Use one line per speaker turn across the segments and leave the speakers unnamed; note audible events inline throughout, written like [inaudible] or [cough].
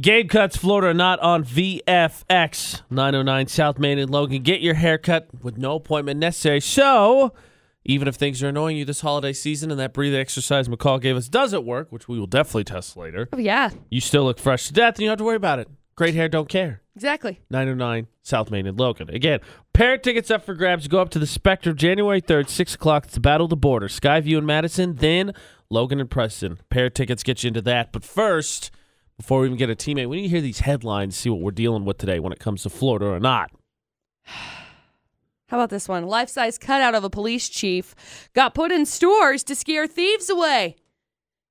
Gabe Cuts Florida are not on VFX 909 South Main and Logan. Get your haircut with no appointment necessary. So, even if things are annoying you this holiday season and that breathe exercise McCall gave us doesn't work, which we will definitely test later,
Oh, yeah,
you still look fresh to death and you don't have to worry about it. Great hair, don't care.
exactly.
909 South Main and Logan. Again, pair of tickets up for grabs. Go up to the Spectrum January 3rd, 6 o'clock. It's the Battle of the Border. Skyview and Madison, then Logan and Preston. Pair of tickets get you into that. But first, before we even get a teammate, we need to hear these headlines, see what we're dealing with today when it comes to Florida or not. [laughs]
How about this one? Life size cutout of a police chief got put in stores to scare thieves away,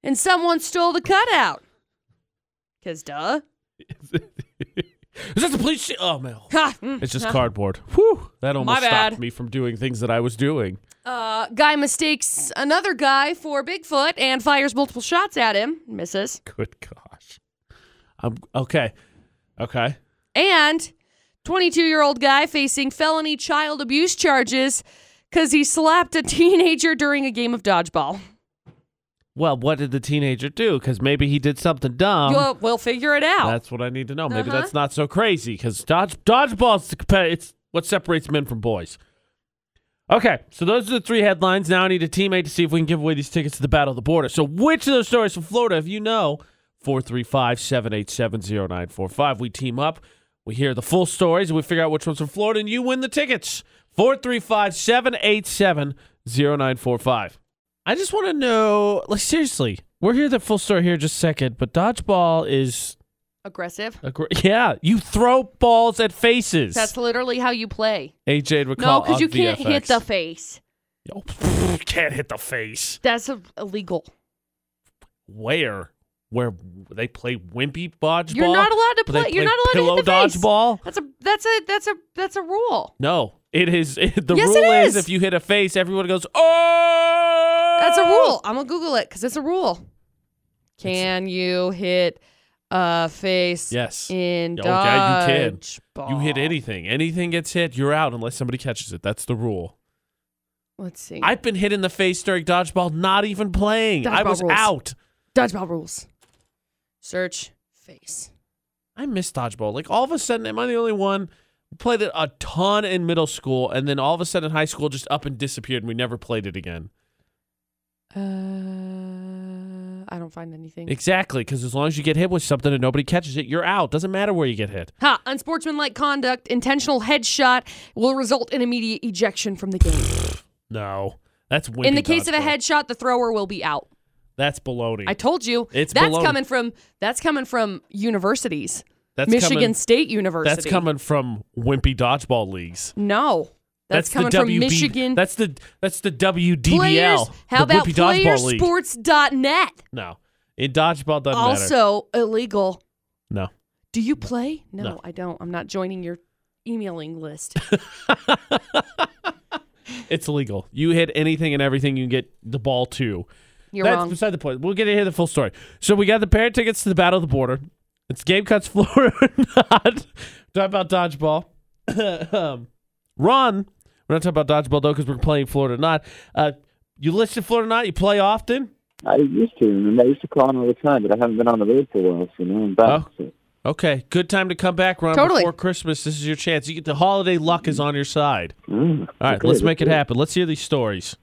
and someone stole the cutout. Because, duh.
Is that the police? Chi- oh, no.
Ha, mm,
It's just
[laughs] huh.
cardboard. Whew. That almost
bad.
stopped me from doing things that I was doing.
Uh, guy mistakes another guy for Bigfoot and fires multiple shots at him, misses.
Good gosh. I'm okay. Okay.
And 22 year old guy facing felony child abuse charges because he slapped a teenager during a game of dodgeball.
Well, what did the teenager do? Because maybe he did something dumb.
You'll- we'll figure it out.
That's what I need to know. Maybe
Uh-huh.
that's not so crazy because dodge dodgeball's the compa- it's what separates men from boys. Okay, so those are the three headlines. Now I need a teammate to see if we can give away these tickets to the Battle of the Border. So which of those stories from Florida, if you know, 435-787-0945. We team up, we hear the full stories, and we figure out which one's from Florida, and you win the tickets. 435-787-0945. I just want to know, like seriously, we're here the full story here in just a second, but dodgeball is
Aggressive.
Agre- yeah, you throw balls at faces.
That's literally how you play.
AJ and
No,
recall
because
on
you can't
VFX.
hit the face.
Oh, pfft, [laughs] can't hit the face.
That's a- illegal.
Where? Where they play wimpy dodgeball?
You're not allowed to
Where they
play. You're not allowed
pillow
to hit the face.
dodgeball.
That's a that's a that's a that's a rule.
No, it is. [laughs] It, the
Yes,
rule
it
is
is.
if you hit a face, everyone goes oh.
That's a rule. I'm gonna Google it because it's a rule. Can you hit a face?
Yes.
In
Oh, yeah, you can.
dodgeball?
You hit anything. Anything gets hit, you're out unless somebody catches it. That's the rule.
Let's see.
I've been hit in the face during dodgeball, not even playing. I
Dodgeball
was
rules.
out.
Dodgeball rules. Search face.
I miss dodgeball. Like all of a sudden, am I the only one? We played it a ton in middle school, and then all of a sudden in high school, just up and disappeared, and we never played it again.
Uh, I don't find anything.
Exactly, because as long as you get hit with something and nobody catches it, you're out. Doesn't matter where you get hit.
Ha! Unsportsmanlike conduct, intentional headshot will result in immediate ejection from the game.
No, that's wimpy
in the case of a
dodgeball.
headshot, the thrower will be out.
That's baloney.
I told you.
It's
that's
baloney.
coming from that's coming from universities.
that's
Michigan
Coming,
State University.
that's coming from wimpy dodgeball leagues.
No. That's, coming
the WB,
from Michigan
That's the that's the WDBL.
players. How
the
about
wimpy dodgeball league?
playersports.net?
No, in dodgeball doesn't matter.
Also illegal.
No.
Do you play? No,
No.
I don't. I'm not joining your
[laughs]
emailing list.
It's illegal. You hit anything and everything, you get the ball too.
You're
That's
wrong.
beside the point. We'll get to hear the full story. So we got the pair of tickets to the Battle of the Border. It's Game Cuts [laughs] Florida or not. Talk about dodgeball. [coughs] um, Ron, we're not talking about dodgeball though because we're playing Florida or not. Uh, you listen to Florida or not? You play often?
I used to, and I used to call in all the time, but I haven't been on the road for a while, so now I'm back.
Oh. Okay, good time to come back, Ron.
Totally.
Before Christmas, this is your chance. You get the holiday luck is on your side. All
Mm,
right,
okay,
let's make it
do
happen. Let's hear these stories.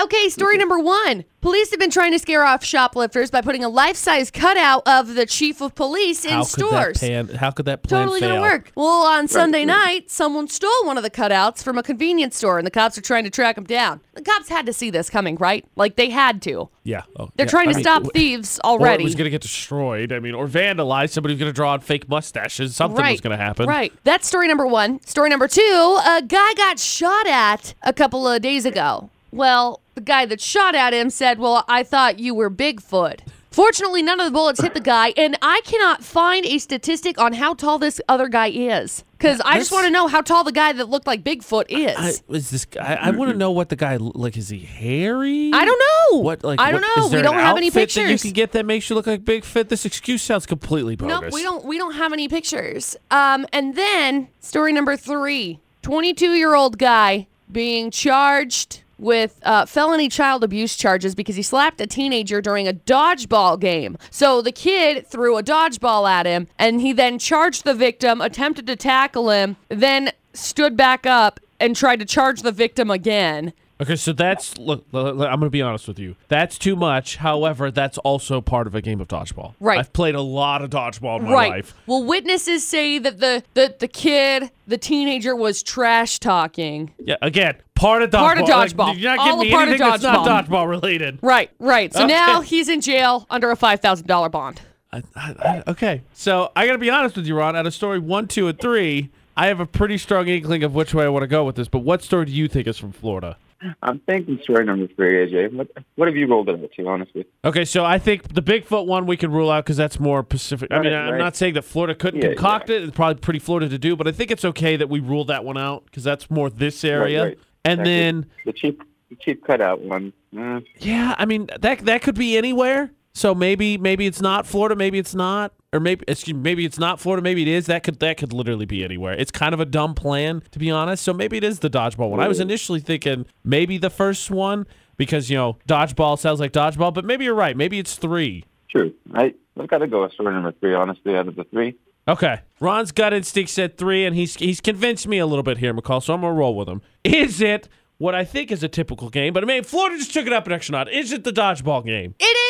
Okay, story number one. Police have been trying to scare off shoplifters by putting a life size cutout of the chief of police in
how
stores.
could that plan? How could that plan
totally
fail?
gonna work. Well, on Sunday night, someone stole one of the cutouts from a convenience store, and the cops are trying to track them down. The cops had to see this coming, right? Like they had to.
Yeah. Oh,
They're
yeah.
trying
I
to
mean,
stop
w-
thieves
Or it
already.
was going to get destroyed. I mean, or vandalized. Somebody was going to draw on fake mustaches. Something
right.
was going to happen.
Right. That's story number one. Story number two a guy got shot at a couple of days ago. Well, the guy that shot at him said, Well, I thought you were Bigfoot. Fortunately, none of the bullets hit the guy, and I cannot find a statistic on how tall this other guy is. Because I just
That's-
want to know how tall the guy that looked like Bigfoot is.
I, is this? guy- I, I want to know what the guy lo- like. Is he hairy?
I don't know.
What like?
I don't
what-
know.
is there
we
an
don't have any
outfit That you
pictures.
can get that makes you look like Bigfoot. This excuse sounds completely bogus.
No, we don't. We don't have any pictures. Um, and then story number three: 22 year old guy being charged with uh, felony child abuse charges because he slapped a teenager during a dodgeball game. So the kid threw a dodgeball at him, and he then charged the victim, attempted to tackle him, then stood back up and tried to charge the victim again.
Okay, so that's look. l- l- I'm gonna be honest with you. That's too much. However, that's also part of a game of dodgeball.
Right.
I've played a lot of dodgeball in my
right.
life.
Well, witnesses say that the that the kid, the teenager, was trash talking.
Yeah. Again, part of dodgeball.
Part of
Like,
dodgeball.
you're not
All
giving
a
me
part of
anything
dodgeball.
that's not dodgeball related.
Right, right. So
Okay.
now he's in jail under a five thousand dollar bond.
I, I, I, okay. So I gotta be honest with you, Ron. Out of story one, two, and three, I have a pretty strong inkling of which way I want to go with this. But what story do you think is from Florida?
I'm thinking story number three, AJ. What, what have you rolled it out to, honestly?
Okay, so I think the Bigfoot one we can rule out because that's more Pacific. I mean,
Right,
I'm
right.
not saying that Florida couldn't
Yeah,
concoct it. It's probably pretty Florida to do, but I think it's okay that we rule that one out because that's more this area.
right.
And
Exactly.
then,
The cheap, the cheap cutout one. Eh,
yeah, I mean that that could be anywhere. So maybe maybe it's not Florida, maybe it's not, or maybe excuse me, maybe it's not Florida, maybe it is. That could that could literally be anywhere. It's kind of a dumb plan to be honest. So maybe it is the dodgeball one. I was initially thinking maybe the first one because you know dodgeball sounds like dodgeball, but maybe you're right. Maybe it's three.
true. I, I've got to go with story number three, honestly, out of the three.
Okay. Ron's gut instinct said three, and he's he's convinced me a little bit here, McCall, so I'm gonna roll with him. Is it what I think is a typical game, but I mean Florida just took it up an extra notch. Is it the dodgeball game?
It is.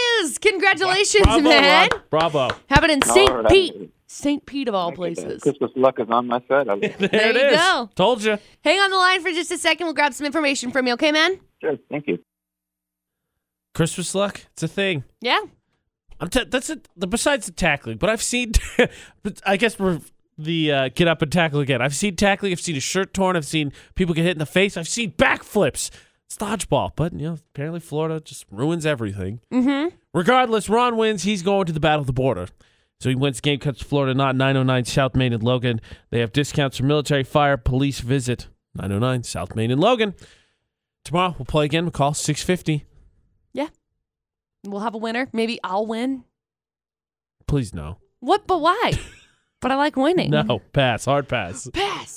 Congratulations,
Bravo,
man.
Ron. Bravo.
Happened in St.
right.
Pete. St. Pete of all places.
Christmas luck is on my side. I [laughs] was,
There, it
you
is.
go.
Told you.
Hang on the line for just a second. We'll grab some information from you, okay, man?
sure, thank you.
Christmas luck. It's a thing.
Yeah.
I'm t- that's it. the- Besides the tackling, but I've seen. [laughs] but I guess we're the uh, get up and tackle again. I've seen tackling. I've seen a shirt torn. I've seen people get hit in the face. I've seen backflips. It's dodgeball, but you know apparently Florida just ruins everything.
Mm-hmm.
Regardless, Ron wins. He's going to the Battle of the Border. So he wins Game Cuts Florida, not 909 South Main and Logan. They have discounts for military fire, police visit, 909 South Main and Logan. Tomorrow we'll play again. We'll call 650.
We'll have a winner. Maybe I'll win.
Please no. [laughs]
What but why? but I like winning.
No, pass. Hard pass.
Pass.